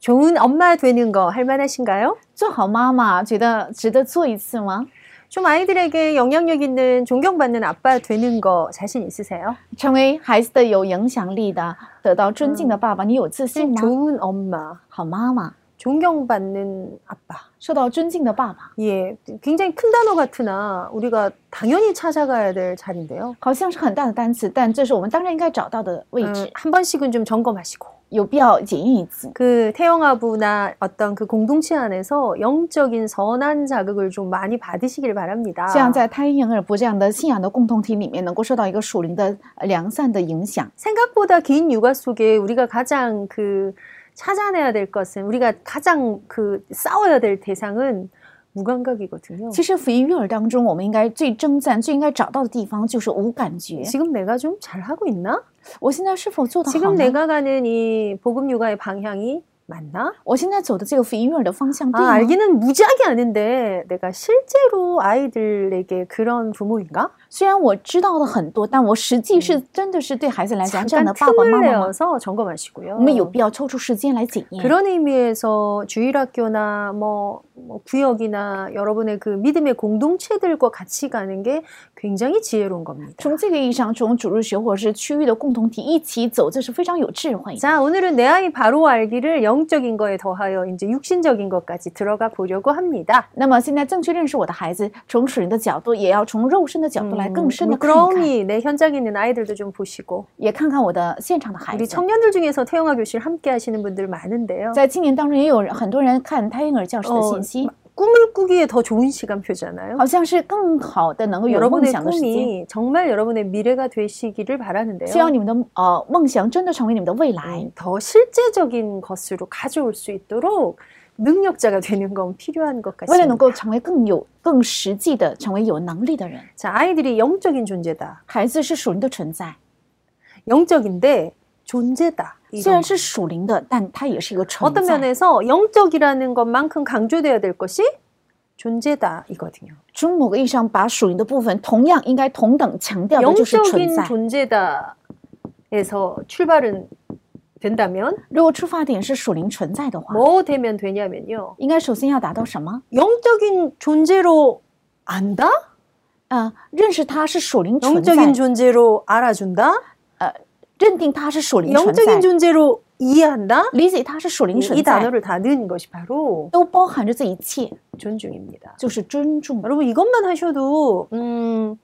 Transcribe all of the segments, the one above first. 좋은 엄마 되는 거 할 만하신가요? 做好妈妈，觉得值得做一次吗？ 좀 아이들에게 영향력 있는 존경받는 아빠 되는 거 자신 있으세요? 成为孩子的有影响力的、得到尊敬的爸爸，你有自信吗？ 좋은 엄마, 好妈妈， 존경받는 아빠. 受到尊敬的爸爸， 예, 굉장히 큰 단어 같으나 우리가 당연히 찾아가야 될 자리인데요. 好像是很大的单词，但这是我们当然应该找到的位 음, 置， 한 번씩은 좀 점검하시고. 有必要检验一次。 그 태영아부나 어떤 그 공동체 안에서 영적인 선한 자극을 좀 많이 받으시길 바랍니다. 这样，在胎婴儿不这样的信仰的共同体里面，能够受到一个属灵的呃良善的影响。 생각보다 긴 육아 속에 우리가 가장 그 찾아내야 될 것은 우리가 가장 그 싸워야 될 대상은 무감각이거든요. 其实福音育儿当中，我们应该最征战、最应该找到的地方就是无感觉。 예. 지금 내가 좀 잘하고 있나? 我现在是否做得好 지금 呢？ 어, 내가 가는 이 복음 육아의 방향이 맞나? 我现在走的这个福音育儿的方向对 아, 吗？ 알기는 무지하게 아는데 내가 실제로 아이들에게 그런 부모인가? 虽然我知道了很多，但我实际是真的是对孩子来讲，这 잠깐 样的爸爸妈 틈을 妈吗， 내어서 점검하시고요. 我们有必要抽出时间来检验。 그런 의미에서 주일학교나 뭐, 뭐 구역이나 여러분의 그 믿음의 공동체들과 같이 가는 게 굉장히 지혜로운 겁니다. 从这个意义上，从主日学或者是区域的共同体一起走，这是非常有智慧的。 자, 오늘은 내 아이 바로 알기를 영적인 거에 더하여 이제 육신적인 것까지 들어가 보려고 합니다. 那么现在正确认识我的孩子，从属灵的角度，也要从肉身的角度来 음, 更深的看一看， 물끄러미 내 현장에 있는 아이들도 좀 보시고 也看看我的现场的孩 우리 子。 청년들 중에서 태영아 교실 함께 하시는 분들 많은데요. 在今年当中，也有很多人看胎婴儿教室的 어, 信息， 꿈을 꾸기에 더 좋은 시간표잖아요. 好像是更好的能够有梦 여러분의 想的时间。 꿈이 정말 여러분의 미래가 되시기를 바라는데요. 希望你们的呃梦想真的成为你们的未来。 음, 더 실제적인 것으로 가져올 수 있도록 능력자가 되는 건 필요한 것 为了 같습니다. 能够成为更有、更实际的成为有能力的人， 자, 아이들이 영적인 존재다. 孩子是属灵的存在， 영적인데 존재다. 虽然 이런. 是属灵的，但它也是一个存 어떤 在。 면에서 영적이라는 것만큼 강조되어야 될 것이 존재다이거든요. 从某个意义上，把属灵的部分同样应该同等强调的就是存 영적인 在。 존재다에서 출발은 된다면 如果出发点是属灵存在的话， 뭐 되면 되냐면요. 应该首先要达到什么？ 영적인 존재로 안다? 呃，认识它是属灵存在， 영적인 존재로 알아준다? 认定它是属灵存在， 영적인 존재로 이해한다? 理解它是属灵 이 存 이 在， 단어를 다 넣은 것이 바로 都包含着这一切， 존중입니다. 就是尊重。 여러분 이것만 하셔도 음,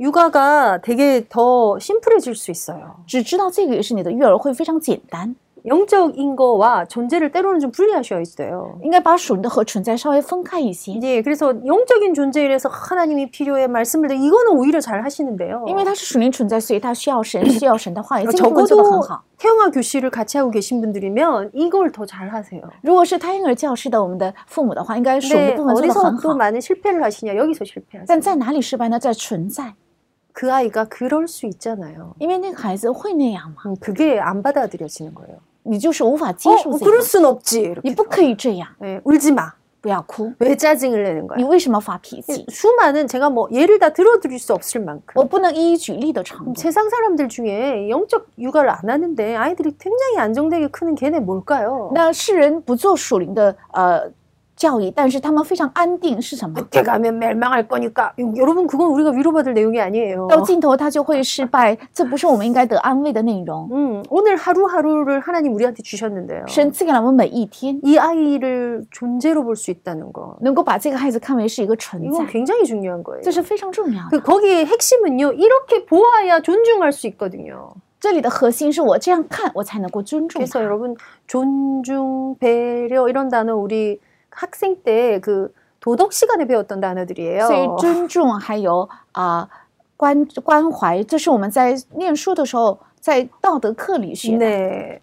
육아가 되게 더 심플해질 수 있어요. 只知道这个也是你的育儿会非常简单， 영적인 거와 존재를 때로는 좀 분리하셔야 돼요. 应该把属灵的和存在稍微分开一些。 예, 그래서 영적인 존재에서 하나님이 필요해 말씀을 드리- 이거는 오히려 잘 하시는데요. 因为它是属灵存在，所以它需要神，需要神的话语。这个部分做得很 적어도 好。 태영아 교실을 같이 하고 계신 분들이면 이걸 더 잘 하세요. 如果是胎婴儿教室的我们的父母的话，应该属灵 근데 的部分做得 어디서 很 또 好。 많은 실패를 하시냐? 여기서 실패하세요. 但在哪里失败呢？在存在， 그 아이가 그럴 수 있잖아요. 因为那个孩子会那样嘛， 음, 그게 안 받아들여지는 거예요. 你就是无法接受这 어, 그럴 个， 순 없지. 이렇게. 你不可以这样， 예, 울지 마. 不要哭， 왜 짜증을 내는 你 거야? 为什么发脾 이 气？ 수많은 제가 뭐 예를 다 들어드릴 수 없을 만큼 뭐 我不能一一举例的程度。 세상 사람들 중에 영적 육아를 안 하는데 아이들이 굉장히 안정되게 크는 걔네 뭘까요? 那世人不做属灵的呃教育，但是他们非常安定，是什么？ 그때 가면 멸망할 거니까 요- 여러분 그건 우리가 위로받을 내용이 아니에요. 到尽头他就会失败，这不是我们应该得安慰的内容。 음, 오늘 하루하루를 하나님 우리한테 주셨는데요. 神赐给了我们每一天， 이 아이를 존재로 볼 수 있다는 거 能够把这个孩子看为是一个存 이건 在， 굉장히 중요한 거예요. 这是非常重要的。 그 거기에 핵심은요 이렇게 보아야 존중할 수 있거든요. 这里的核心是我这样看，我才能够尊重 그래서 他。 여러분 존중, 배려 이런 단어 우리 학생 때 그 도덕 시간에 배웠던 단어들이에요. 所以尊重还有啊、关关怀，这是我们在念书的时候在道德课里学的， 네.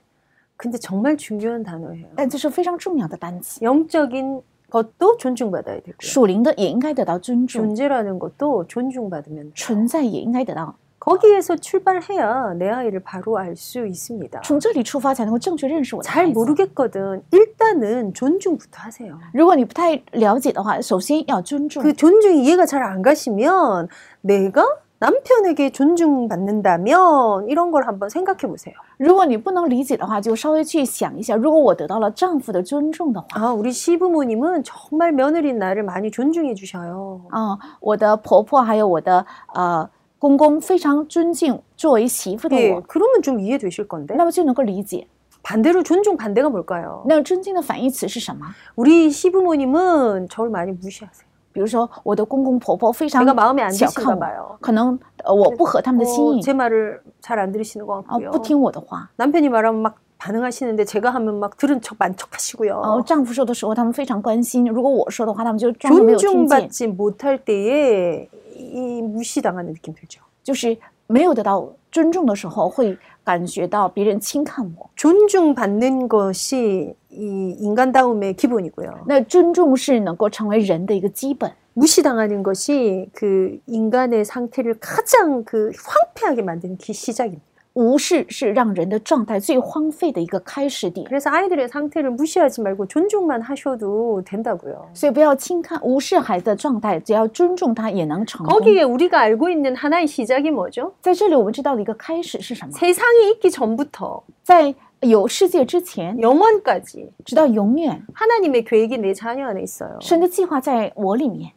근데 정말 중요한 단어예요. 但这是非常重要的单词。 영적인 것도 존중받아야 되고요. 属灵的也应该得到尊重， 존재라는 것도 존중받으면 돼요. 存在也应该得到， 거기에서 출발해야 내 아이를 바로 알 수 있습니다. 从这里出发才能够正确认识我的 잘 孩子。 모르겠거든. 일단은 존중부터 하세요. 如果你不太了解的话，首先要尊重 그 。 존중 이해가 잘 안 가시면 내가 남편에게 존중받는다면 이런 걸 한번 생각해 보세요. 如果你不能理解的话，就稍微去想一下，如果我得到了丈夫的尊重的话， 아, 우리 시부모님은 정말 며느리인 나를 많이 존중해 주셔요. 啊、我的婆婆还有我的呃公公非常尊敬作为媳妇的 예, 我， 그러면 좀 이해되실 건데 那么就能够理解。 반대로 존중 반대가 뭘까요? 那尊敬的反义词是什么？ 우리 시부모님은 저를 많이 무시하세요. 比如说我的公公婆婆非常 제가 마음에 안 小看 드신가 我， 봐요. 可能呃我不合他们的心 어, 意 제 말을 잘 안 들으시는 것 啊、 같고요. 不听我的话。 남편이 말하면 막 반응하시는데 제가 하면 막 들은 척 만척하시고요. 然后哦丈夫说的时候，他们非常关心；如果我说的话，他们就装作没有听见， 존중받지 못할 때에 이 무시당하는 느낌 들죠. 就是没有得到尊重的时候，会感觉到别人轻看我。 존중받는 것이 이 인간다움의 기본이고요. 那尊重是能够成为人的一个基本， 무시당하는 것이 그 인간의 상태를 가장 그 황폐하게 만드는 기 시작입니다. 无视是让人的状态最荒废的一个开始点。 그래서 아이들의 상태를 무시하지 말고 존중만 하셔도 된다고요. 所以不要轻看、无视孩子的状态，只要尊重他，也能 음. 成功。 거기에 우리가 알고 있는 하나의 시작이 뭐죠? 在这里，我们知道的一个开始是什么？ 세상이 있기 전부터 在有世界之前， 영원까지 直到永远， 하나님의 계획이 내 자녀 안에 있어요. 神的计划在我里面，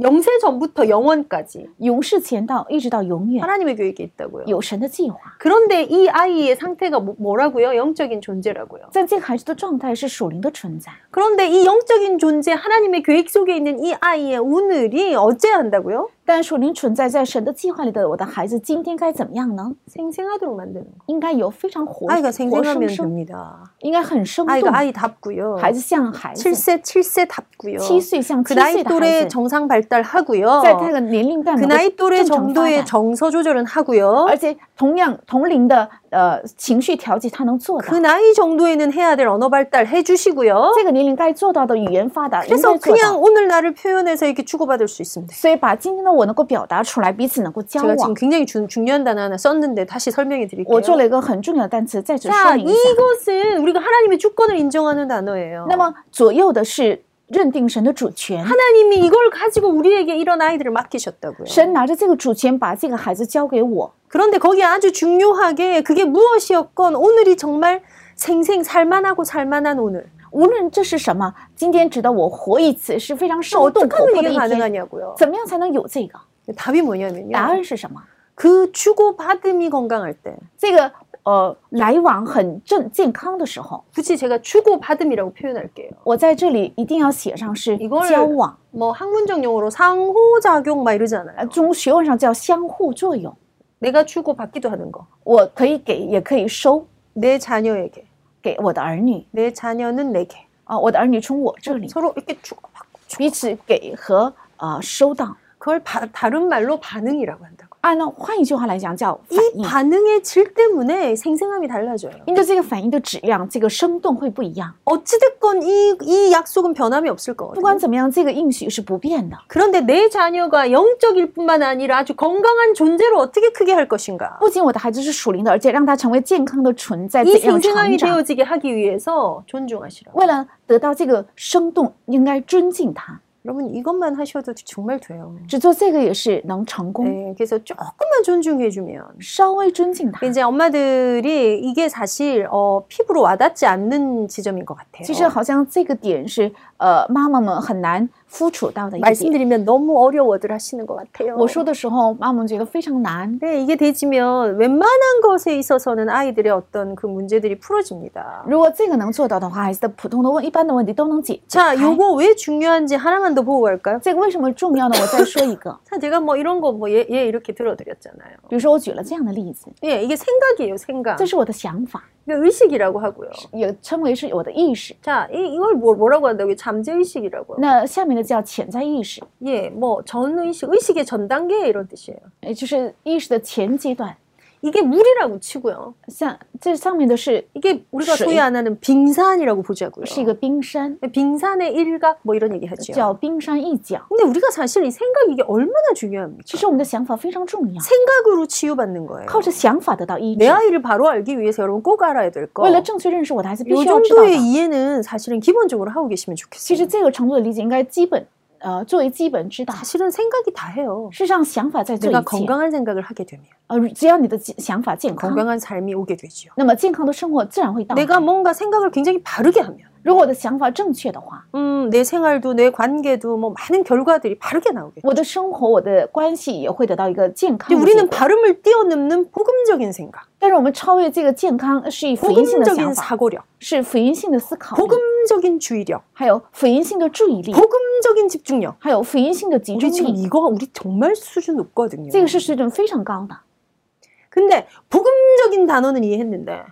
영세 전부터 영원까지 永世前到，一直到永远， 하나님의 계획이 있다고요. 有神的计划。 그런데 이 아이의 상태가 뭐- 뭐라고요? 영적인 존재라고요. 但这个孩子的状态是属灵的存在， 그런데 이 영적인 존재 하나님의 계획 속에 있는 이 아이의 오늘이 어째야 한다고요? 但属灵存在在神的计划里的我的孩子，今天该怎么样呢？ 생생하도록 만드는 어, 거. 应该有非常活 요 活生 생생하면 生， 됩니다. 应该很生 아이가 动， 아이답고요. 孩子像孩子， 7세 7세답고요. 七岁像 그 七岁 나이 的孩 또래 子， 정상 발달하고요. 在这个年龄段 그 能够 나이 또래 正常发 정도의 展。 정서 조절은 하고요. 而且同样同龄的呃情绪调节，他能做到 그 。 나이 정도에는 해야 될 언어 발달 해주시고요. 这个年龄该做到的语言发达，应该 그래서 做到。 그냥 오늘 나를 표현해서 이렇게 주고받을 수 있습니다. 所以把今天的我能够表达出来，彼此能够交 제가 지금 往。 굉장히 중, 중요한 단어 하나 썼는데 다시 설명해 드릴게요. 我做了一个很重要的单词，在此 자, 说明一下。 이것은 우리가 하나님의 주권을 인정하는 단어예요. 那么左右的是认定神的主权， 하나님이 이걸 가지고 우리에게 이런 아이들을 맡기셨다고요. 神拿着这个主权把这个孩子交给我。 그런데 거기에 아주 중요하게 그게 무엇이었건 오늘이 정말 생생 살만하고 살만한 오늘. 无论这是什么，今天值得我活一次是非常生动 아, 어떻게 活泼 하면 的 이게 一天。 가능하냐고요. 怎么样才能有这个？ 답이 答 뭐냐면요. 案是什么？ 그 주고받음이 건강할 때. 这个呃，来往很正健康的时候， 굳이 제가 주고받음이라고 표현할게요. 我在这里一定要写上是 이걸 交往， 뭐 학문적 용어로 상호작용 막 이러잖아요. 呃，从学问上叫相互作用。 내가 주고받기도 하는 거. 我可以给，也可以收 내 자녀에게. 给我的儿女 내 자녀는 내게. 啊、我的儿女从我这里 서로 이렇게 주고받고. 彼此给和啊、呃收到。 그걸 바- 다른 말로 반응이라고 한다고. 按照换一句话来讲叫反 이 应， 반응의 질 때문에 생생함이 달라져요. 因着这个反应的质量，这个生动会不一样。 어찌됐건 이, 이 약속은 변함이 없을 不管 거거든요. 怎么样，这个应许是不变的。 그런데 내 자녀가 영적일 뿐만 아니라 아주 건강한 존재로 어떻게 크게 할 것인가. 不仅我的孩子是属灵的，而且让他成为健康的存在， 예, 이 怎样成 생생함이 长？ 되어지게 하기 위해서 존중하시라. 为了得到这个生动，应该尊敬他。 여러분 이것만 하셔도 정말 돼요. 只做这个也是能成功， 네, 그래서 조금만 존중해주면 稍微尊敬他。 이제 엄마들이 이게 사실 어, 피부로 와닿지 않는 지점인 것 같아요. 其实好像这个点是呃，妈妈们很难肤触到的一个点。 말씀드리면 너무 어려워들 하시는 것 같아요. 我说的时候，妈妈们觉得非常难。 네, 이게 되지면 웬만한 것에 있어서는 아이들의 어떤 그 문제들이 풀어집니다. 如果这个能做到的话，孩子的普通的问一般的问题都能解决 자, 开。 요거 왜 중요한지 하나만 더 보고 갈까요? 这个为什么重要呢？我再说一个， 자, 제가 뭐 이런 거 뭐 예, 예 이렇게 들어드렸잖아요. 比如说我举了这样的例子， 예, 이게 생각이에요, 생각. 这是我的想法， 이게 의식이라고 하고요. 也称为是我的意识。 자, 이, 이걸 뭐, 뭐라고 한다고요? 잠재의식이라고요. 那下面的叫潜在意识， 예, 뭐 전의식, 의식의 전 단계 이런 뜻이에요. 也就是意识的前阶段。 이게 물이라고 치고요. 像这上面的是 이게 우리가 수- 소위 안 하는 빙산이라고 보자고요. 是一个冰山， 빙산의 일각 뭐 이런 얘기 하죠. 叫冰山一角。 근데 우리가 사실 이 생각 이게 얼마나 중요합니까? 其实我们的想法非常重要， 생각으로 치유받는 거예요. 靠着想法得到医治 내 。 아이를 바로 알기 위해서 여러분 꼭 알아야 될 거. 为了正确认识我的孩子，必 요 须要知道的 정도의 이해는 사실은 기본적으로 하고 계시면 其 좋겠어요. 实这个程度的理解应该基本呃作为基本之道。 사실은 생각이 다 해요. 事实上，想法在做 내가 一切。 건강한 생각을 하게 되면 呃，只要你的健想法健康， 건강한 삶이 오게 되지요. 那么健康的生活自然会到来。 내가 뭔가 생각을 굉장히 바르게 하면 如果我的想法正确的话， 음, 내 생활도 내 관계도 뭐 많은 결과들이 바르게 나오겠죠. 我的生活、我的关系也会得到一个健康 근데 的结 우리는 果。 발음을 뛰어넘는 복음적인 생각, 但是我们超越这个健康，是以福音性的 복음적인 想法， 사고력, 是福音性的思考力， 복음적인 주의력, 还有福音性的注意力， 아, 복음적인 집중력. 还有福音性的集 우리 中 지금 力。 이거 우리 정말 네, 수준 높거든요. 这个是水准非常高的， 근데 복음적인 단어는 이해했는데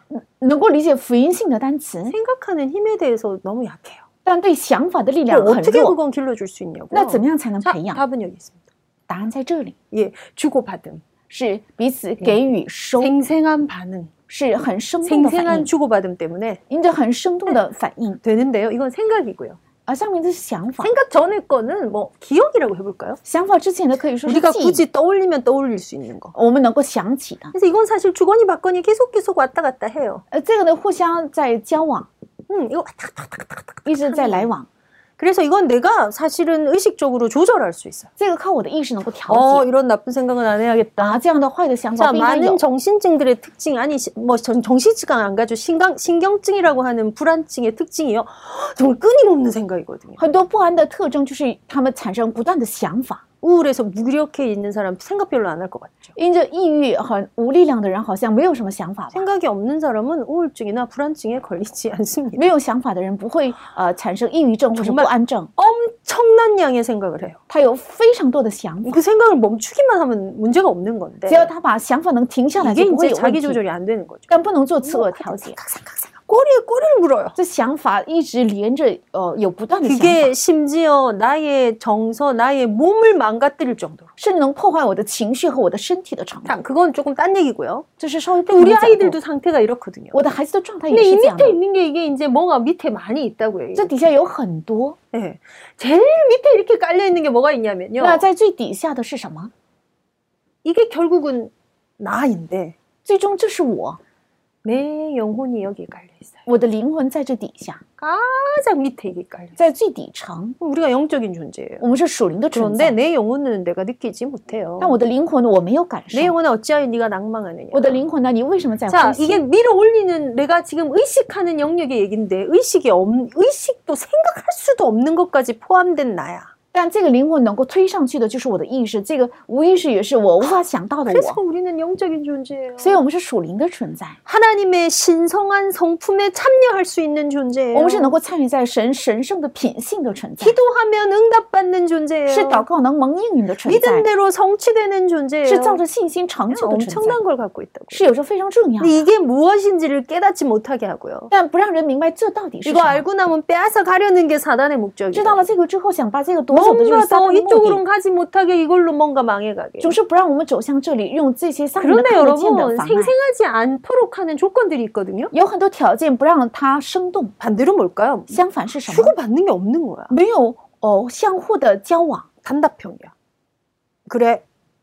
能够理解福音性的单词， 생각하는 힘에 대해서 너무 약해요. 但对想法的力量 그럼 很 어떻게 弱。 그건 길러줄 수 있냐고요? 那怎么样才能 자, 培养？ 답은 여기 있습니다. 答案在这里， 예, 주고받음, 是彼此给予收， 생생한 반응, 是很生动的反 생생한 应， 주고받음 때문에 因着很生动的反应。 되는데요. 이건 생각이고요. 而下面的是想法， 생각 전에 거는 뭐 기억이라고 해볼까요? 想法之前的可以说是 우리가 记忆， 굳이 떠올리면 떠올릴 수 있는 거. 我们能够想起的。 그래서 이건 사실 주거니 받거니 계속 계속 왔다 갔다 해요. 呃，这个呢，互相在交往， 음, 이거 왔다 갔다 왔다 갔다. 왔다 갔다. 一直在来往， 그래서 이건 내가 사실은 의식적으로 조절할 수 있어요. 这个靠我的意识能够调 어 节。 이런 나쁜 생각은 안 해야겠다. 啊，这样的坏的想法 자 不应该有 많은 。 정신증들의 특징 아니 시- 뭐 정- 정신증 안 가죠 신강 신경증이라고 하는 불안증의 특징이요 헉, 정말 끊임없는 생각이거든요. 很多不安的特征就是他们产生不断的想法， 우울해서 무력해 있는 사람 생각 별로 안 할 것 같죠. 因着抑郁很无力量的人好像没有什么想法吧？ 생각이 없는 사람은 우울증이나 불안증에 걸리지 않습니다. 没有想法的人不会呃产生抑郁症或者 정말 不安症， 엄청난 양의 생각을 해요. 他有非常多的想法， 그 생각을 멈추기만 하면 문제가 없는 건데 只要他把想法能停下来， 이게 就不会 이제 有问 자기 题。 조절이 안 되는 거죠. 但不能做自 뭐, 我 하여튼 调节， 생각 생각 생각 꼬리에 꼬리를 물어요. 这想法一直连着呃有不断的想法， 그게 심지어 나의 정서, 나의 몸을 망가뜨릴 정도로. 甚至能破坏我的情绪和我的身体的成长。 자, 그건 조금 딴 얘기고요. 这是稍微 근데 不同 우리 的角度 아이들도 상태가 이렇거든요. 我的孩子的状态也 근데 是 이 这样 밑에 的。 있는 게 이게 이제 뭐가 밑에 많이 있다고요. 이게. 这底下有很多， 네. 제일 밑에 이렇게 깔려 있는 게 뭐가 있냐면요. 那在最底下的是什么？ 이게 결국은 나인데 最终这是我， 내 영혼이 여기에 깔려 있어요. 我的灵魂在这底下， 가장 밑에 이게 깔려. 있어요. 在最底层， 우리가 영적인 존재예요. 我们是属灵的存 그런데 在。 내 영혼은 내가 느끼지 못해요. 但我的灵魂我没有感受 내 ， 영혼아 아, 어찌하여 네가 낭망하느냐. 我的灵魂呢？你为什么在 자, 呼吸 이게 ？ 밀어 올리는 내가 지금 의식하는 영역의 얘긴데 의식이 없 의식도 생각할 수도 없는 것까지 포함된 나야. 但这个灵魂能够推上去的就是我的意识，这个无意识也是我无法想到的 그래서 我。 우리는 영적인 존재예요. 所以，我们是属灵的存在， 하나님의 신성한 성품에 참여할 수 있는 존재예요. 我们是能够参与在神神圣的品性的存在， 기도하면 응답받는 존재예요. 是祷告能蒙应允的存在， 믿음대로 성취되는 존재예요. 是照着信心成 그냥 就的存在， 엄청난 걸 갖고 있다고. 是有着非常重要 근데 ， 이게 무엇인지를 깨닫지 못하게 하고요. 但不让人明白这到底是什 이거 么。 알고 나면 빼앗아 가려는 게 사단의 목적이에요. 知道了这个之后，想把这个夺走的就是 뭔가 撒旦 더 的目的， 이쪽으로는 가지 못하게 이걸로 뭔가 망해가게. 总是不让我们走向这里，用这些撒旦的 그런데 看得见的 여러분 妨碍， 생생하지 않도록 하는 조건들이 있거든요. 有很多条件不让它生动。 반대로 뭘까요? 相反是什么？ 주고받는 게 없는 거야. 没有哦相互的交往， 단답형이야. 그래,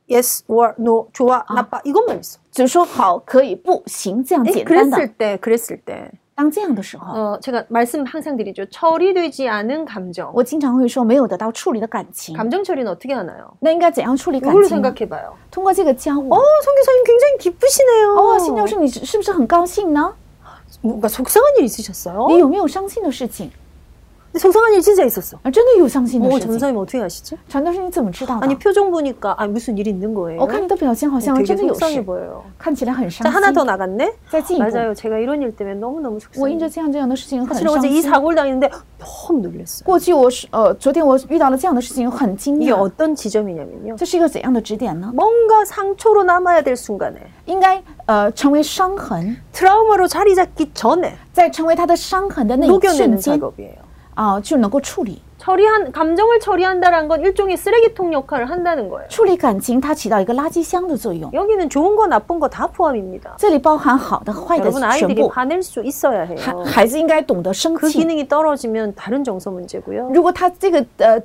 yes or no, 좋아, 아. 나빠 이것만 있어. 只说好可以不行这样 네, 简单的。 그랬을 때, 그랬을 때, 当这样的时候， 어, 제가 말씀 항상 드리죠. 처리되지 않은 감정, 我经常会说没有得到处理的感情， 감정 처리는 어떻게 하나요? 那应该怎样处理感 이걸로 情呢？ 생각해봐요. 通过这个交往。 그러니까 어, 성교사님 굉장히 기쁘시네요. 哦，新教授，你是是不是很高兴呢？ 뭔가 속상한 일 있으셨어요? 你有没有伤心的事情？ 속상한 일 진짜 있었어. 啊，真的有伤心的 오 事情。 전사님 뭐 어떻게 아시지? 传道师，啊你怎么知道的 아니 ？ 표정 보니까 아 무슨 일 있는 거예요? 我看你的表情好像 되게 真的有 속상해 事， 보여요. 看起来很伤 어, 자 하나 더 心。 나갔네. 再进一步， 맞아요. 제가 이런 일 때문에 너무 너무 我 속상해요. 因着这啊样这样的事情很 사실 伤 어제 이 心。 사고를 당했는데 너무 놀랐어요. 过去我是呃，昨天我遇到了这样的事情，很惊 이게 讶。 어떤 지점이냐면요. 这是一个怎样的指点呢？ 뭔가 상처로 남아야 될 순간에 应该呃成为伤痕， 트라우마로 자리 잡기 전에 在成为他的伤痕的那一瞬 녹여내는 间 네, 작업이에요. 啊、就能够处理 처리한 감정을 처리한다라는 건 일종의 쓰레기통 역할을 한다는 거예요. 处理感情，它起到一个垃圾箱的作用。 여기는 좋은 거 나쁜 거 다 포함입니다. 这里包含好的、坏的 여러분 全 아이들이 뭐 部。 화낼 수 있어야 孩 해요. 孩子应该懂得生 그 气。 기능이 떨어지면 다른 정서 문제고요. 如果他这个呃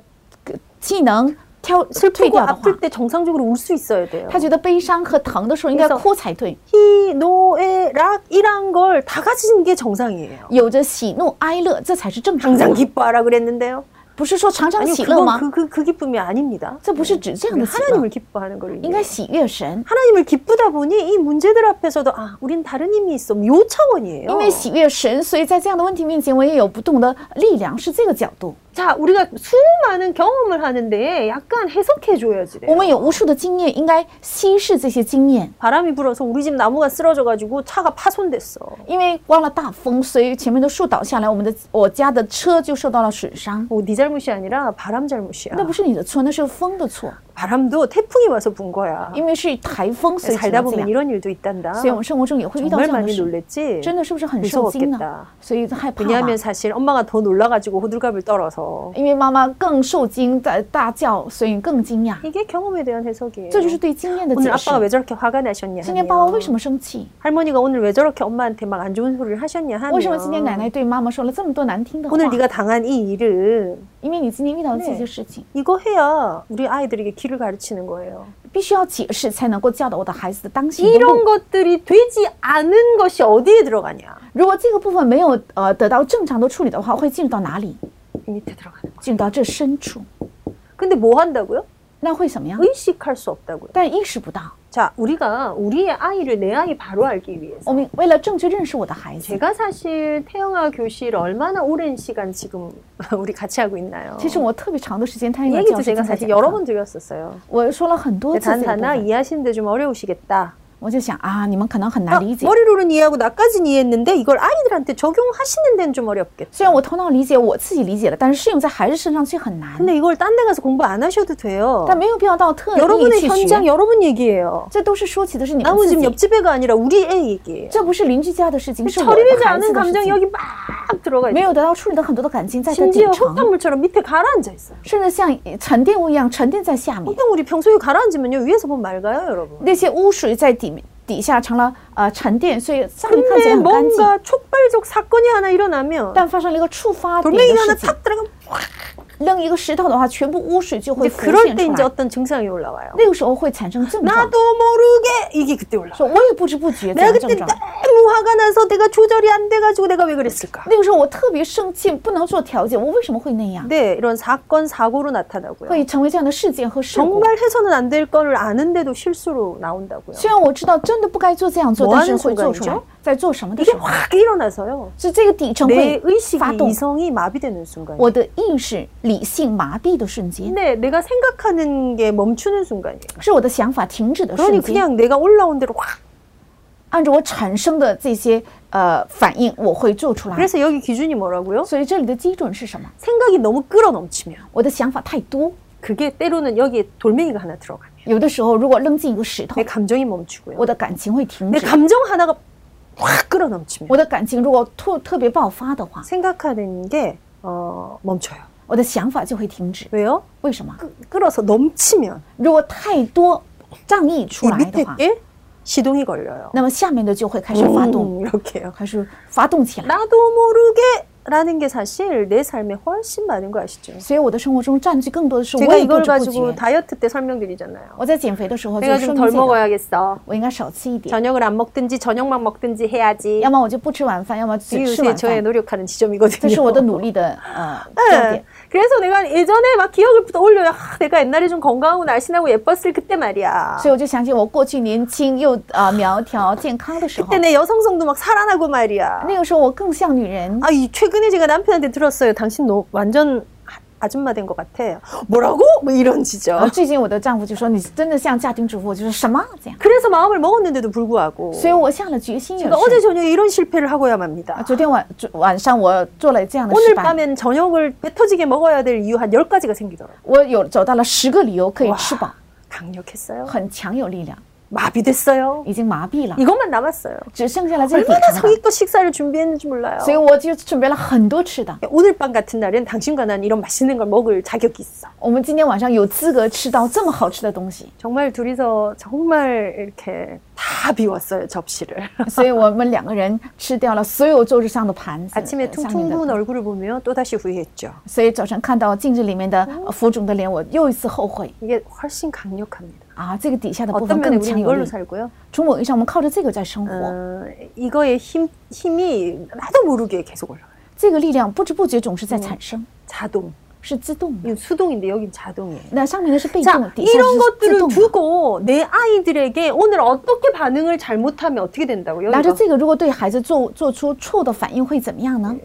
个技能挑退 슬프고 掉的话， 아플 때 정상적으로 울 수 있어야 돼요. 他觉得悲伤和疼的时候应该哭才对。 희노애락이란 걸 다 가진 게 정상이에요. 有着喜怒哀乐，这才是正常 항상 的。 기뻐하라 그랬는데요. 不是说常常 아니 喜乐 그건 吗？ 그, 그, 그 기쁨이 아닙니다. 这不是指这样的喜乐 하나님을 ， 기뻐하는 걸 应 의미해요. 该喜悦神， 하나님을 기쁘다 보니 이 문제들 앞에서도 아, 우린 다른 힘이 있어. 요 차원이에요. 因为喜悦神，所以在这样的问题面前，我也有不同的力量，是这个角度。 자, 우리가 수많은 경험을 하는데 약간 해석해 줘야지 我 돼요. 们有无数的经验，应该稀释这些经验。 바람이 불어서 우리 집 나무가 쓰러져 가지고 차가 파손됐어. 因为刮了大风，所以前面的树倒下来，我们的我家的车就受到了损伤。 어, 네 잘못이 아니라 바람 잘못이야. 那不是你的错，那是风的错，啊 바람도 태풍이 와서 분 거야. 因为是台风，所以才 살다 能这 보면 样。 이런 일도 있단다. 所以我们生活中也会遇到这 정말 样的 많이 事， 놀랬지. 真的是不是很受惊呢 무서웠겠다 ？所以害怕吧 왜냐하면 사실 엄마가 더 놀라가지고 호들갑을 떨어서 因为妈妈更受惊，在大叫，所以更惊讶。 이게 경험에 대한 해석이에요. 这就是对经验的 오늘 解 아빠가 释。 왜 저렇게 화가 나셨냐 今天爸爸为什 하면 么生气？ 할머니가 오늘 왜 저렇게 엄마한테 막 안 좋은 소리를 하셨냐 为什么今天奶 하면 奶对妈妈说了这么多难听的话？ 오늘 네가 당한 이 일은 因为你今天遇到的这 네 些事情， 이거 해야 우리 아이들에게 길을 가르치는 거예요. 必须要解释，才能够教导我的孩子的当行的路。 이런 것들이 되지 않은 것이 어디에 들어가냐? 如果这个部分没有呃得到正常的处理的话，会进入到哪里？ 이 밑에 들어가는 거. 进入到这深处， 근데 뭐 한다고요? 那会怎么样？ 의식할 수 없다고요. 但意识不到。 자, 우리가 우리의 아이를 내 아이 바로 알기 위해서 我们为了正确认识我的孩子， 제가 사실 태영아 교실 얼마나 오랜 시간 지금 우리 같이 하고 있나요? 其实我特别长的时间参 이 与了 얘기도 教师 제가 竞赛 사실 讲 여러 课， 번 드렸었어요. 我说了很多次这个部 단단하 分， 이해하시는데 좀 어려우시겠다. 我就想啊，你们可能很 아, 难理解。 머리로는 이해하고 나까지는 이해했는데 이걸 아이들한테 적용하시는 데는 좀 어렵겠다. 虽然我头脑理解，我自己理解了，但是适用在孩子身上却很难。 근데 이걸 딴 데 가서 공부 안 하셔도 돼요. 但没有必要到特意 여러분의 去 현장 学， 여러분 얘기예요. 这都是说起的是你们 나무 自 집 己， 옆집애가 아니라 우리 애 얘기예요. 这不是邻居家的事情，是我的 처리되지 孩子 않은 的事 감정이 情。 여기 막 들어가 没 있어요. 有得到处理的很多的感情在这底 심지어 层， 흙탕물처럼 밑에 가라앉아 있어요. 甚至像沉淀物一样沉淀在下面。 흙탕물이 평소에 가라앉으면요 위에서 보면 맑아요, 여러분. 那些污水在底面底下成了呃沉淀，所以上面看起来 근데 很干净。 뭔가 촉발적 사건이 하나 일어나면 但发生了一个触发点 돌멩이가 的 하나 事情， 탁 들어가면 扔一个石头的话，全部污水就会 이제 浮 그럴 现 때 出 이제 来。 어떤 증상이 올라와요. 그러니까. 那个时候会产生症状， 나도 모르게 이게 그때 올라와. 说我也不知不觉这 내가 样 그때 症状。 너무 화가 나서 내가 조절이 안 돼가지고 내가 왜 그랬을까? 那个时候我特别生气，不能做调节，我为什么会那样？ 네, 이런 사건 사고로 나타나고요. 会成为这样的事件和事故。 정말 해서는 안 될 거를 아는데도 실수로 나온다고요. 虽然我知道真的不该做这样做， 뭐 但是 하는 会做出 순간 来 이죠 。在做什么的 이게 时候， 확 일어나서요. 是这个底层 내 会 의식이 发动 이성이 마비되는 순간. 我的意识、理性麻痹的瞬间， 근데 내가 생각하는 게 멈추는 순간이에요. 是我的想法停止的 그러니 瞬间。 그냥 내가 올라온 대로 확. 按照我产生的这些呃反应，我会做出来。 그래서 여기 기준이 뭐라고요? 所以这里的基准是什么？ 생각이 너무 끌어 넘치면 我的想法太多， 그게 때로는 여기에 돌멩이가 하나 들어가요. 有的时候如果扔进一个石头 내 ， 감정이 어. 멈추고요. 我的感情会停 내 止。 감정 하나가 확 끌어 넘치면 我的感情如果特特别爆发的话， 생각하는 게 어, 멈춰요. 我的想法就会停止。 왜요? 为什么？ 끄- 끌어서 넘치면 如果太多仗义出 이 来的 밑에 话， 게 시동이 걸려요. 那么下面的就会开始发动， 음, 이렇게요. 开始发动起来。 나도 모르게 라는 게 사실 내 삶에 훨씬 많은 거 아시죠? 所以我的生活中占据更多的是我 제가 也不 이걸 知不 가지고 觉。 다이어트 때 설명드리잖아요. 我在减肥的时候就 내가 예. 说 좀 明这 덜 个， 먹어야겠어. 我应该少吃一点， 저녁을 안 먹든지 저녁만 먹든지 要 해야지. 么我就不吃晚饭，要么只 이게 吃 요새 晚 저의 饭。 노력하는 这 지점이거든요. 是我的努力的呃 焦点 네. 。 그래서 내가 예전에 막 기억을 떠올려요. 아, 내가 옛날에 좀 건강하고 날씬하고 예뻤을 그때 말이야. 所以我就想起我过去年轻又呃苗条健康的时候 그때 ，내 여성성도 막 살아나고 말이야. 那个时候我更像女人。 아, 이 최근에 제가 남편한테 들었어요. 당신 너 완전 아- 아줌마 된 것 같아. 뭐라고? 뭐 이런 然后 지적. 最近我的丈夫就说：“你真的像家庭主妇。”我就说：“什么？”这样。 그래서 마음을 먹었는데도 불구하고 所以哦我下了决心也 제가 어제 是。 저녁에 이런 실패를 하고야 맙니다. 啊昨天晚昨晚上我做了这样的 오늘 失败， 밤엔 저녁을 뱉어지게 먹어야 될 이유 한 10가지가 생기더라고요. 我有找到了十个理由可以哇吃饱， 강력했어요. 很强有力量， 마비됐어요. 已经麻痹了， 이것만 남았어요. 只剩下了这个底 얼마나 层了。 성의껏 식사를 준비했는지 몰라요. 所以我就准备了很多吃的。 오늘 밤 같은 날엔 당신과 난 이런 맛있는 걸 먹을 자격이 있어. 我们今天晚上有资格吃到这么好吃的东西， 정말 둘이서 정말 이렇게 다 비웠어요 접시를. 所以我们两个人吃掉了所有桌子上的盘子。呃 아침에 上啊面的 퉁퉁 부은 얼굴을 보며 또 다시 후회했죠. 所以早晨看到镜子里面的呃浮肿的脸，我又一次后悔 이게 훨씬 강력합니다. 啊！这个底下的部 어떤 分 면에 更 우리는 强有嗯 이걸로 力。 살고요. 从某意义上，我们靠着这个在生活， 어, 이거의 힘 힘이 나도 모르게 계속 올라가요. 这个力量不知不觉总是在产生， 자동. 是自动的， 이 수동인데 여긴 자동이에요. 나上面的是被动 자 ，底下 이런 是自 것들을 动的。 두고 내 아이들에게 오늘 어떻게 반응을 잘못하면 어떻게 된다고요? 拿着 이거. 这个，如果对孩子做做出错的反应会怎么样呢？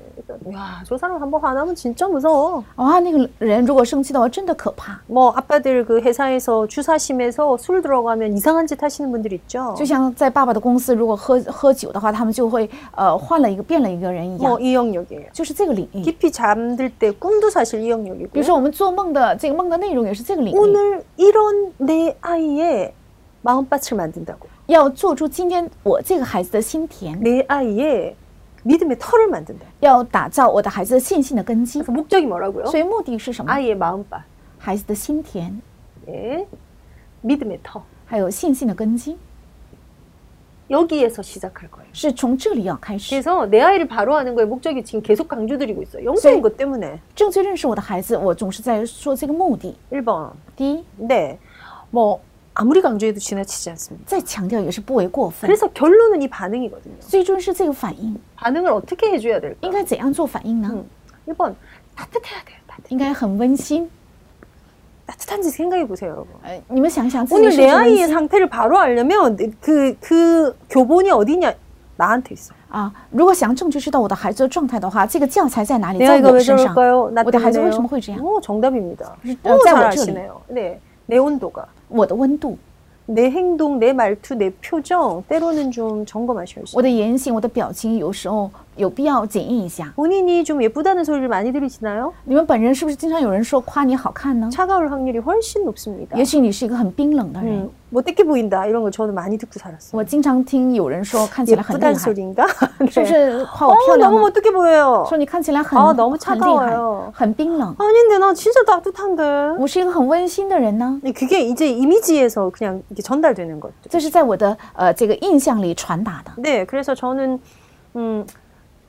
야, 저 사람 한 번 화나면 진짜 무서워. 哇，那个人如果生气的话，真的可怕。 뭐 아빠들 그 회사에서 주사심에서 술 들어가면 이상한 짓 하시는 분들 있죠. 就像在爸爸的公司，如果喝喝酒的话，他们就会呃换了一个变了一个人一样 뭐 ，이 영역이에요. 就是这个领域。 깊이 잠들 때 꿈도 사실 이 比 영역이고. 如说我们做梦的这个梦的内容也是这个领域， 오늘 이런 내 아이의 마음밭을 만든다고. 要做出今天我这个孩子的心田， 내 아이의 믿음의 털을 만든다. 要打造我的孩子的信心的根基。 그래서 목적이 뭐라고요? 所以目的是什么？ 아이의 마음밭, 孩子的心田， 예. 믿음의 터. 还有信心的根基， 여기에서 시작할 거예요. 是从这里要开始。 그래서 내 아이를 바로 하는 거에 목적이 지금 계속 강조드리고 있어요. 영적인 것 때문에. 正确认识我的孩子，我总是在说这个目的。 1번. 第一， 네. 뭐 아무리 강조해도 지나치지 않습니다. 再强调也是不为过分。 그래서 결론은 이 반응이거든요. 最终是这个反应， 반응을 어떻게 해줘야 应 될까? 该怎样做反应呢？ 음. 1번 따뜻해야 돼요. 따뜻. 应该很温馨。 따뜻한지 생각해 보세요, 여러분. 呃，你们想想自己 오늘 是 내 不是温 아이의 馨 상태를 바로 알려면 그 그 교본이 어디냐? 나한테 있어. 啊？如果想正确知道我的孩子的状态的话，这个教材在哪里？ 내 在 아이가 我 왜 身上。 저럴까요? 나 어디 가서 때문에요. 훨씬 훨씬 훨씬. 오, 정답입니다. 어, 오, 잘 짜고 아시네요. 네, 내 온도가. 我的温度、 내 행동, 내 말투, 내 표정 때로는 좀 점검하셔야죠. 我的言行、我的表情，有时候有必要检验一下。 본인이 좀 예쁘다는 소리를 많이 들으시나요? 你们本人是不是经常有人说夸你好看呢？ 차가울 확률이 훨씬 높습니다. 也许你是一个很冰冷的人。 음, 못되게 보인다 이런 걸 저는 많이 듣고 살았어요. 我经常听有人说 어, 看起来很厉害， 예쁘다는 是 소리인가? 不 네. 是夸我 어, 漂亮 너무 呢？ 못되게 보여요. 说你看起来很啊너무 很 차가워 厉害 요 ，很冰冷。 아닌데 나 진짜 따뜻한데. 我是一个很温馨的人呢， 근데 그게 이제 이미지에서 그냥 이렇게 전달되는 것들. 这是在我的呃这个印象里传达的。 네, 그래서 저는 음,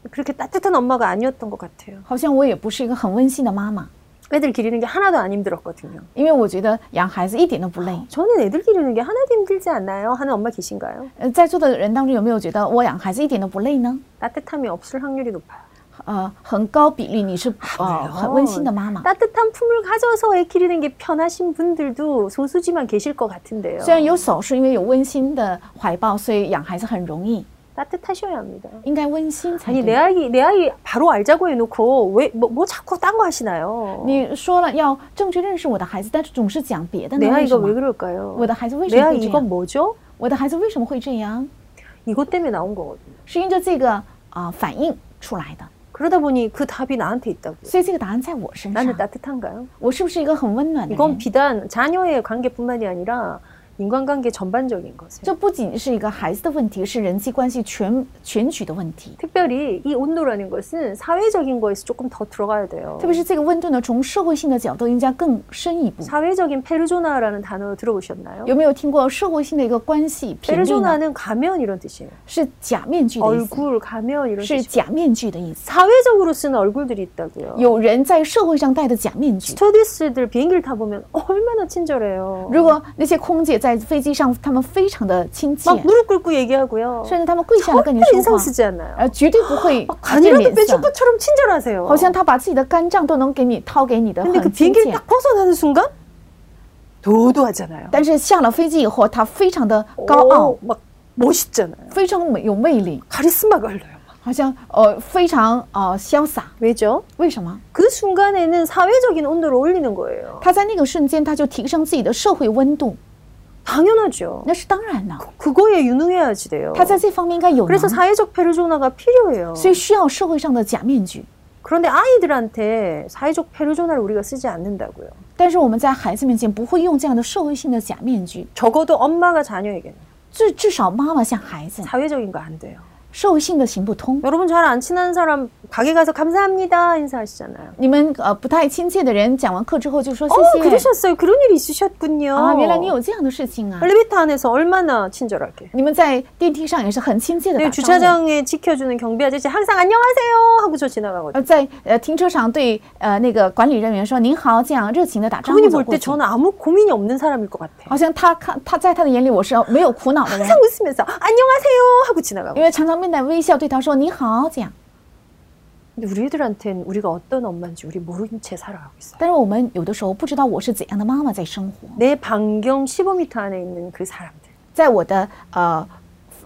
그렇게 따뜻한 엄마가 아니었던 것 같아요. 好像我也不是一个很温馨的妈妈， 애들 기르는 게 하나도 안 힘들었거든요. 因为我觉得养孩子一点都不累。 저는 애들 기르는 게 하나도 힘들지 않나요? 하는 엄마 계신가요? 呃，在座的人当中有没有觉得我养孩子一点都不累呢？ 따뜻함이 없을 확률이 높아요. 呃，很高比例你是没呃有很温馨的妈 아. 妈， 따뜻한 품을 가져서 애 기르는 게 편하신 분들도 소수지만 계실 것 같은데요. 虽然有少数因为有温馨的怀抱，所以养孩子很容易， 따뜻하셔야 합니다. 应该温馨才 아니 내 对。 아이 내 아이 바로 알자고 해놓고 왜 뭐 자꾸 딴 거 하시나요? 你说了要正确认识我的孩子，但是总是讲别的呢？ 내 为 아이가 네, 什왜 뭐, 么？ 그럴까요? 我的孩子为什 내 么会 아이 这 이건 样？ 뭐죠? 我的孩子为什么会这样？ 이것 때문에 나온 거거든요. 是因着这个啊、反应出来的， 그러다 보니 그 답이 나한테 있다고요. 所以这个答案在我身 나는 上。 따뜻한가요? 我是不是一个很温暖的 이건 人？ 비단 자녀의 관계뿐만이 아니라 인간관계 전반적인 것이에요. 这不仅是一个孩子的问题，是人际关系全全局的问题。 특별히 이 온도라는 것은 사회적인 거에서 조금 더 들어가야 돼요. 特别是这个温度呢，从社会性的角度应该更深一步。 사회적인 페르조나라는 단어 들어보셨나요? 有没有听过社会性的一个关系频率呢？哦 페르조나는 가면 이런 뜻이에요. 是假面具的意思， 얼굴 가면 이런 是 뜻이에요. 假面具的意思。 사회적으로 쓰는 얼굴들이 있다고요. 有人在社会上戴的假面具。 스튜디스들 비행기를 타보면 얼마나 친절해요. 如果那些空姐在飞机上，她们非常的亲切， 막 무릎 꿇고 얘기하고요. 甚至她们跪下来跟你 절대 说 인상 话， 쓰지 않아요. 呃，绝对不会变 간이라도 脸色 빼줄 ， 것처럼 친절하세요. 好像她把自己的肝脏都能给你掏给你的， 근데 그 很亲 비행기를 切。 딱 벗어나는 순간 도도하잖아요. 但是下了飞机以后，她非常的高傲 오, ，막 멋있잖아요. 非常美有魅力， 카리스마가 흘러요. 막. 好像呃非常呃潇洒。 왜죠? 为什么？ 그 순간에는 사회적인 온도를 올리는 거예요. 她在那个瞬间，她就提升自己的社会温度， 당연하죠. 那是当然的。 그거에 유능해야지 돼요. 她在这方面应该有能 그래서 力。 사회적 페르조나가 필요해요. 所以需要社会上的假面具。 그런데 아이들한테 사회적 페르조나를 우리가 쓰지 않는다고요. 但是我们在孩子面前不会用这样的社会性的假面具， 적어도 엄마가 자녀에게는 至至少妈妈像孩子， 사회적인 거 안 돼요. 社会性的行不通。 여러분 잘 안 친한 사람 가게 가서 감사합니다 인사하시잖아요. 你们呃不太亲切的人讲完课之后就说 어, 아, 谢谢 그러셨어요. 그런 일이 있으셨군요. 啊，原来你有这样的事情啊！ 엘리베이터 안에서 얼마나 친절하게. 你们在电梯上也是很亲切的 네 打招呼。 주차장에 지켜주는 경비 아저씨 항상 안녕하세요 하고 저 지나가거든요. 呃，在呃停车场对呃那个管理人员说您好，这样热情的打招呼 그분이 走 볼 过 때 去。 저는 아무 고민이 없는 사람일 것 같아요. 네. 好像他看他在他的眼里我是没有苦恼的 人， 항상 웃으면서 안녕하세요 하고 지나가고 因为常常面带微笑对他说你好这样。 근데 우리 애들한테는 우리가 어떤 엄마인지 우리 모른 채 살아가고 있어요. 但是我们有的时候不知道我是怎样的妈妈在生活， 내 반경 15m 안에 있는 그 사람들. 在我的呃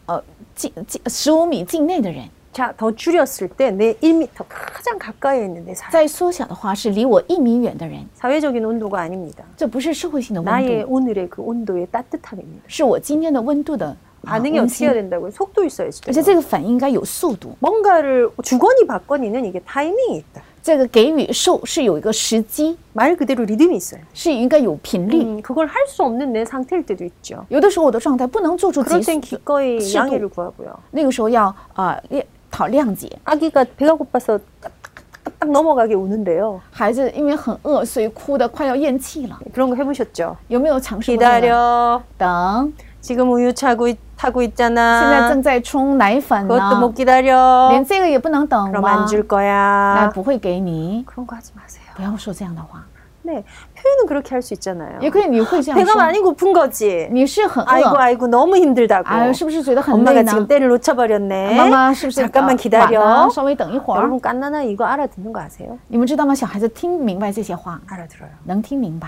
呃近近十五米境内的人， 자, 더 줄였을 때 내 1m 가장 가까이에 있는 내 사람. 再缩小的话是离我一米远的人， 사회적인 온도가 아닙니다. 这不是社会性的温 나의 度， 오늘의 그 온도의 따뜻함입니다. 是我今天的温度的啊 반응이 温 어떻게 馨 해야 된다고요? 속도 있어야지. 而且这个反应应该有速度， 뭔가를 주거니 받거니는 이게 타이밍이 있다. 这个给予受是有一个时机， 말 그대로 리듬이 있어요. 是应该有频率。 음, 그걸 할 수 없는 내 상태일 때도 있죠. 有的时候我的状态不能做出急 그럴 速 땐 ， 기꺼이 시도. 양해를 구하고요. 那个时候要啊谅、讨谅解。 아기가 배가 고파서 딱딱딱딱 넘어가게 우는데요. 孩子因为很饿，所以哭得快要咽气了。 그런 거 해보셨죠? 有没有尝试过这个？ 기다려. 等， 지금 우유 차고 있- 타고 现在 있잖아. 正在冲奶粉 그것도 呢 못 ， 기다려. 连这个也不能等 그럼 吗 안？줄 那 거야. 不会给你， 그런 거 하지 마세요. 不要说这样的话。 네, 표현은 예, 그렇게 할 수 있잖아요. 也可以，你会这样 배가 说， 많이 고픈 거지. 你是很 아이고 饿， 아이고 너무 힘들다고. 哎，是不是觉得很 엄마가 累呢？ 지금 때를 啊 놓쳐버렸네. 妈妈是不是啊 잠깐만기다려 晚了稍微等一会儿。 여러분 깐나나 이거 알아듣는 거 아세요? 你们知道吗？小孩子听明白这些话， 알아들어요. 能听明白。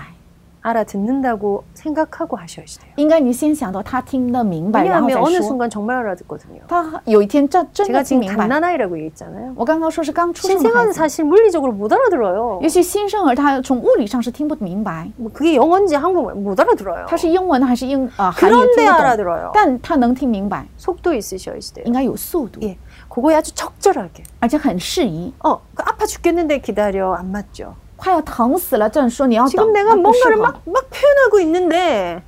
알아듣는다고 생각하고 하셔야지 돼요. 应该你先想到他听得明哎白，然后再 왜냐하면 어느 说。 순간 정말 알아듣거든요. 他有一天真真 제가 的 지금 听明白。 갓난아이라고 얘기했잖아요. 我刚刚说是刚出生的孩 신생아는 子， 사실 물리적으로 못 알아들어요. 尤其新生儿，他从物理上是听不明白， 뭐 그게 영어인지 한국말 못 알아들어요. 他是英文还是英啊、韩语听 그런데 不懂， 알아들어요. 但他能听明白， 속도 있으셔야지 돼요. 应该有速度， 예, 그거에 아주 적절하게. 而且很适宜。 어, 그 아파 죽겠는데 기다려 안 맞죠. 快要疼死了，这样说你要 지금 等，啊 내가 那不 뭔가를 适合。 막, 막 표현하고 있는데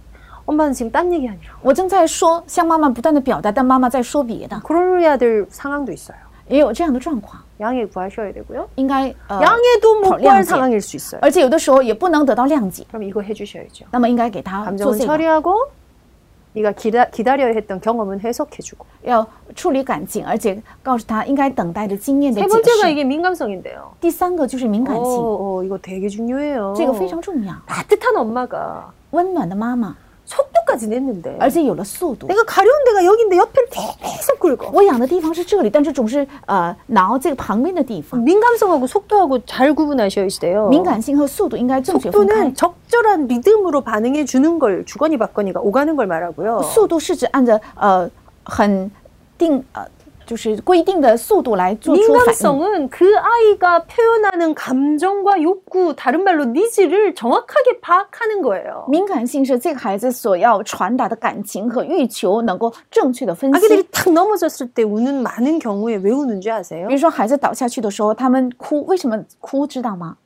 엄마는 지금 딴 얘기 아니라고. 我正在说，向妈妈不断的表达，但妈妈在说嗯别的， 그래야 될 상황도 있어요. 也有这样的状况， 양해 구하셔야 되고요. 应该呃， 아, 양해도 못 덜 구할 양해. 상황일 수 있어요. 而且有的时候也不能得到谅解， 그럼 이거 해주셔야죠. 那么应该给他做 감정은 这个， 처리하고 네가 기다, 기다려야 했던 경험은 해석해주고. 要处理感情，而且告诉他应该等待的经验的 세 解 번째가 释。 이게 哦 민감성인데요. 第三个就是敏感 어, 性， 어, 이거 되게 중요해요. 这个非常重要。 따뜻한 엄마가 温暖的妈妈， 속도까지 냈는데 而且有了速度。 내가 가려운 데가 여기인데 옆을 계속 긁어. 我养的地方是这里，但是总是呃挠这个旁边的地方。 어, 민감성하고 속도하고 잘 구분하셔야지 돼요. 敏感性和哦速度应该正确分开 속도는 。 적절한 리듬으로 반응해 주는 걸 주거니 받거니가 오가는 걸 말하고요. 速度是指按照呃很定呃就是规定的速度来做出反应。 민감성은 그 아이가 표현하는 감정과 욕구, 다른 말로 니즈를 정확하게 파악하는 거예요. 敏感性是这个孩子所要传达的感情和欲求能够正确的分析。 아기들이 탁 넘어졌을 때 우는 많은 경우에 왜 우는지 아세요? 比如说孩子倒下去的时候，他们哭，为什么哭？知道 吗？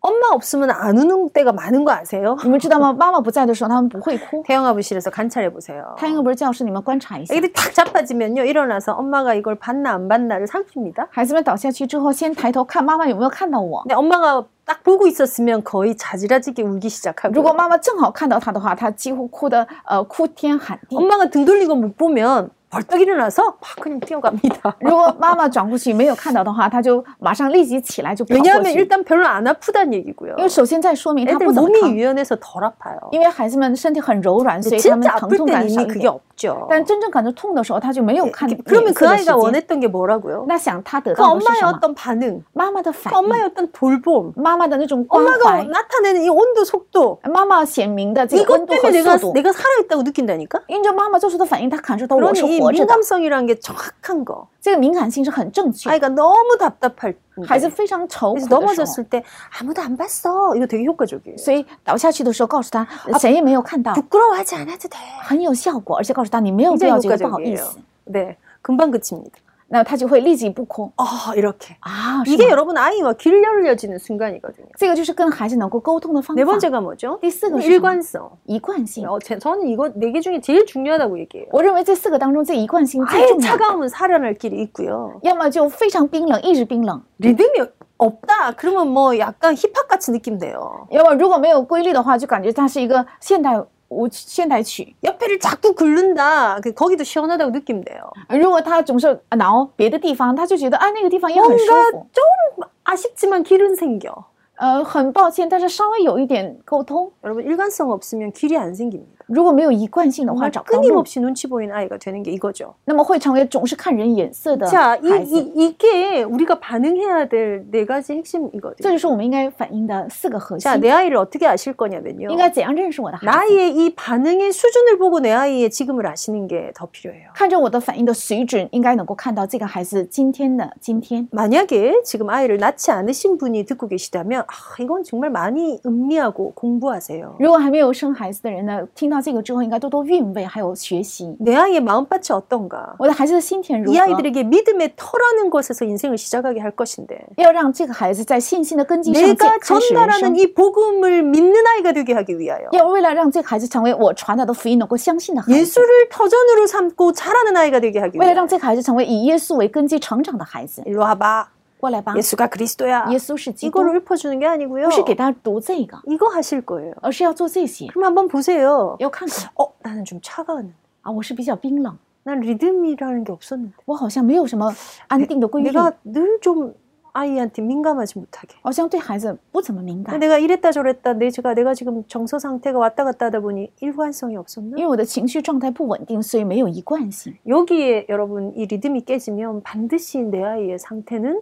엄마 없으면 안 우는 때가 많은 거 아세요? 你们知道吗？妈妈不在的时候，他们不会哭。 태영아부실에서 관찰해 보세요. 胎婴儿不是教室，你们观察一下。 애기들이 탁 자빠지면요 일어나서 엄마가 이걸 봤나 안 봤나를 살핍니다. 孩子们倒下去之后，先抬头看妈妈有没有看到我。 근데 엄마가 딱 보고 있었으면 거의 자지라지게 울기 시작하고 如果妈妈正好看到他的话，他几乎哭的呃哭天喊地。 엄마가 등 돌린 거 못 보면 벌떡 일어나서 막 그냥 뛰어갑니다. 如果妈妈转过去没有看到的话，他就马上立即起来就跑过 왜냐하면 去。哎 일단 별로 안 아프다는 얘기고요. 因为首先在说明他 애들 不怎么 몸이 疼， 유연해서 덜 아파요. 因为孩子们身体很柔软，所 근데 以他们 진짜 疼 아플 痛感 때는 少 이미 一 그게 点。 없죠. 但真正感觉痛的时候，他就没有看 이렇게- 그러면 脸 그 色的时 아이가 间。啊 원했던 게 뭐라고요? 那想他得 그 到的是 엄마의 什么？ 어떤 반응, 妈妈的 그 反应， 엄마의 어떤 돌봄, 妈妈的啊那种关 엄마가 怀， 나타내는 이 온도, 속도 妈妈显明的这个 이것 温度 때문에 和 내가 速度。 내가 살아있다고 느낀다니까. 因着妈妈做出的反应，他感哎受到我 그러니 是 이 活着的， 민감성이라는 게 정확한 거. 这个敏感性是很正确的。 아이가 너무 답답할 때, 孩子非常愁 그래서 苦的时候， 넘어졌을 때 아무도 안 봤어. 이거 되게 효과적이에요. 所以倒下去的时候告诉他，谁也没有看到， 부끄러워하지 않아도 돼. 很有效果，而且告诉他你没有必 굉장히 要觉得不好意 효과적이에요. 思， 네, 금방 그칩니다. 那他就会立即不哭 아 이렇게. 啊。是 이게 吗 여러분 아이와 길 열려지는 순간이거든요. 这个就是跟孩子能够沟通的方法 네 。 번째가 뭐죠? 이 쓰고 싶은 일관성. 一贯性， 어, 제- 저는 이거 네 개 중에 제일 중요하다고 얘기해요. 我认为这四个当中，这一贯性最 아예 重要。 차가우면 살아날 길이 있고요. 要么就非常冰冷，一直冰冷； 리듬이 없다. 그러면 뭐 약간 힙합 같이 느낌 돼요. 要么如果没有规律的话，就感觉它是一个现代舞现代曲。 옆에를 자꾸 긁는다. 그- 거기도 시원하다고 느낌 돼요. 如果他总是挠别的地方，他就觉得哎那个地方也很舒 뭔가 服。 좀 아쉽지만 길은 생겨. 呃，很抱歉，但是稍微有一点沟通， 여러분 일관성 없으면 길이 안 생깁니다. 如果没有一贯性的话， 정말 找不到路 끊임없이 눈치 보이는 아이가 되는 게 이거죠. 那么会成为总是看人眼色的 자, 이, 孩子。 이, 이게 우리가 반응해야 될 네 가지 这 핵심이거든요. 就是我们应该反映的四个核心 자, 。내 아이를 어떻게 아실 거냐면요. 应该怎样认识我的孩子？ 나의 이 반응의 수준을 보고 내 아이의 지금을 아시는 게 더 필요해요. 看着我的反应的水准，应该能够看到这个孩子今天的今天。 만약에 지금 아이를 낳지 않으신 분이 듣고 계시다면 아, 이건 정말 많이 음미하고 공부하세요. 如果还没有生孩子的人呢，听到这个之后，应该多多韵味，还有学习。 내 아이의 마음밭이 어떤가? 我的孩子的心田如 이 何？ 아이들에게 믿음의 터라는 것에서 인생을 시작하게 할 것인데 要让这个孩子在信心的根基上建 내가 开始人 전달하는 生。 이 복음을 믿는 아이가 되게 하기 위하여 要为了让这个孩子成为我传达的福音能够相信的孩子， 예수를 터전으로 삼고 자라는 아이가 되게 하기 为了 위하여 让这个孩子成为以耶稣为根基成长的孩子， 일로 와봐 过来吧， 예수가 그리스도야 耶稣是基督， 이걸 읊어주는 게 아니고요 不是给大家读这个， 이거 하실 거예요 而是要做这些。 그럼 한번 보세요 要看看 어 나는 좀 차가웠는데 啊，我是比较冰冷， 난 리듬이라는 게 없었는데 我好像没有什么安定的规律， 내가 늘 좀 아이한테 민감하지 못하게 好像对孩子不怎么敏感， 내가 이랬다 저랬다 내 제가 내가 지금 정서 상태가 왔다 갔다 하다 보니 일관성이 因 없었나 为我的情绪状态不稳定，所以没有一贯性。 여기에 여러분 이 리듬이 깨지면 반드시 내 아이의 상태는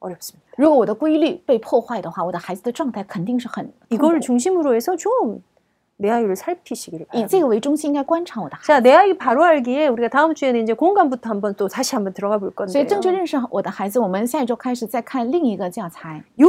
어렵습니다. 如果我的规律被破坏的话，我的孩子的状态肯定是很痛 이걸 苦。 중심으로 해서 좀 내 아이를 살피시길 以这 바랍니다. 个为中心，应该观察我的孩子。 자, 내 아이 바로 알기에 우리가 다음 주에는 이제 공간부터 한번 또 다시 한번 들어가 볼 所 건데요. 以正确认识我的孩子，我们下一周开始再看另一个教材， 요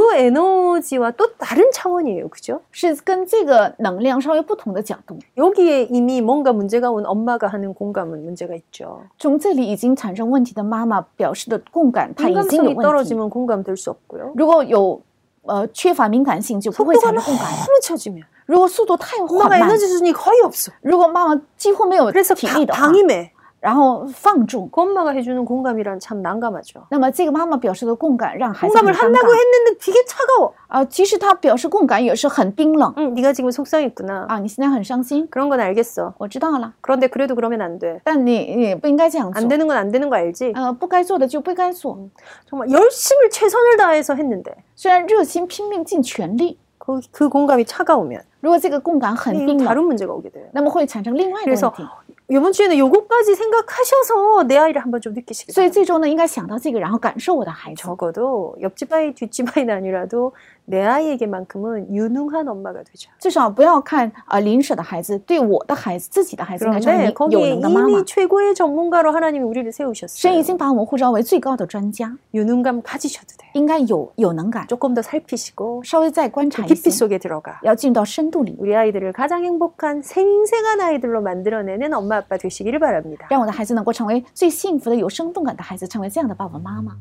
에너지와 또 다른 차원이에요. 그죠? 是跟这个能量稍微不同的角度。 여기에 이미 뭔가 문제가 온 엄마가 하는 공감은 문제가 있죠. 从这里已经产生问题的妈妈表示的共感，她已经有 공감성이 问题。 떨어지면 공감될 수 없고요. 如果有呃缺乏敏感性，就不会 속도가 产生共感。 너무 처지면 如果速度太缓 엄마가 慢， 에너지 수준이 거의 없어. 如果妈妈几乎没有 그래서 体力的 바- 话， 방임해. 然后放纵， 그 엄마가 해주는 공감이란 참 난감하죠. 那么这个妈妈表示的共感让孩子很 공감을 尴 한다고 尬 했는데 되게 차가워. 啊。即使她表示共感，也是很冰冷 응, 네가 지금 속상했구나. 啊。你现在很伤心， 그런 건 알겠어. 我知道了， 그런데 그래도 그러면 안 돼. 但你你不应该这样做 안 。 되는 건 안 되는 거 알지? 呃，不该做的就不该做。 정말 열심히 최선을 다해서 했는데 虽然热心拼命尽全力， 그, 그 공감이 차가우면 如果这个共感很 이거 冰冷， 다른 문제가 오게 돼요. 那么会产生另外的 그래서 问题。 이번 주에는 요거까지 생각하셔서 내 아이를 한번 좀 느끼시길 所以 바랍니다. 最终呢，应该想到这个，然后感受我的孩子。 적어도 옆집 아이 뒷집 아이는 아니라도 내 아이에게만큼은 유능한 엄마가 되자. 至少不要看呃邻舍的孩子，对我的孩子、自己的孩子，应该成 그런데 为有 거기에 能的妈妈 아, 이미 。 최고의 전문가로 하나님이 우리를 神已 세우셨어요. 经把我们呼召为最高的专家， 유능감 가지셔도 돼요. 应该有有能感， 조금 더 살피시고 稍微再观察一 깊이 些， 속에 들어가 要进到深度里， 우리 아이들을 가장 행복한 생생한 아이들로 만들어내는 엄마 아빠 되시기를 바랍니다. 让我的孩子能够成为最幸福的、有生动感的孩子，成为这样的爸爸妈妈。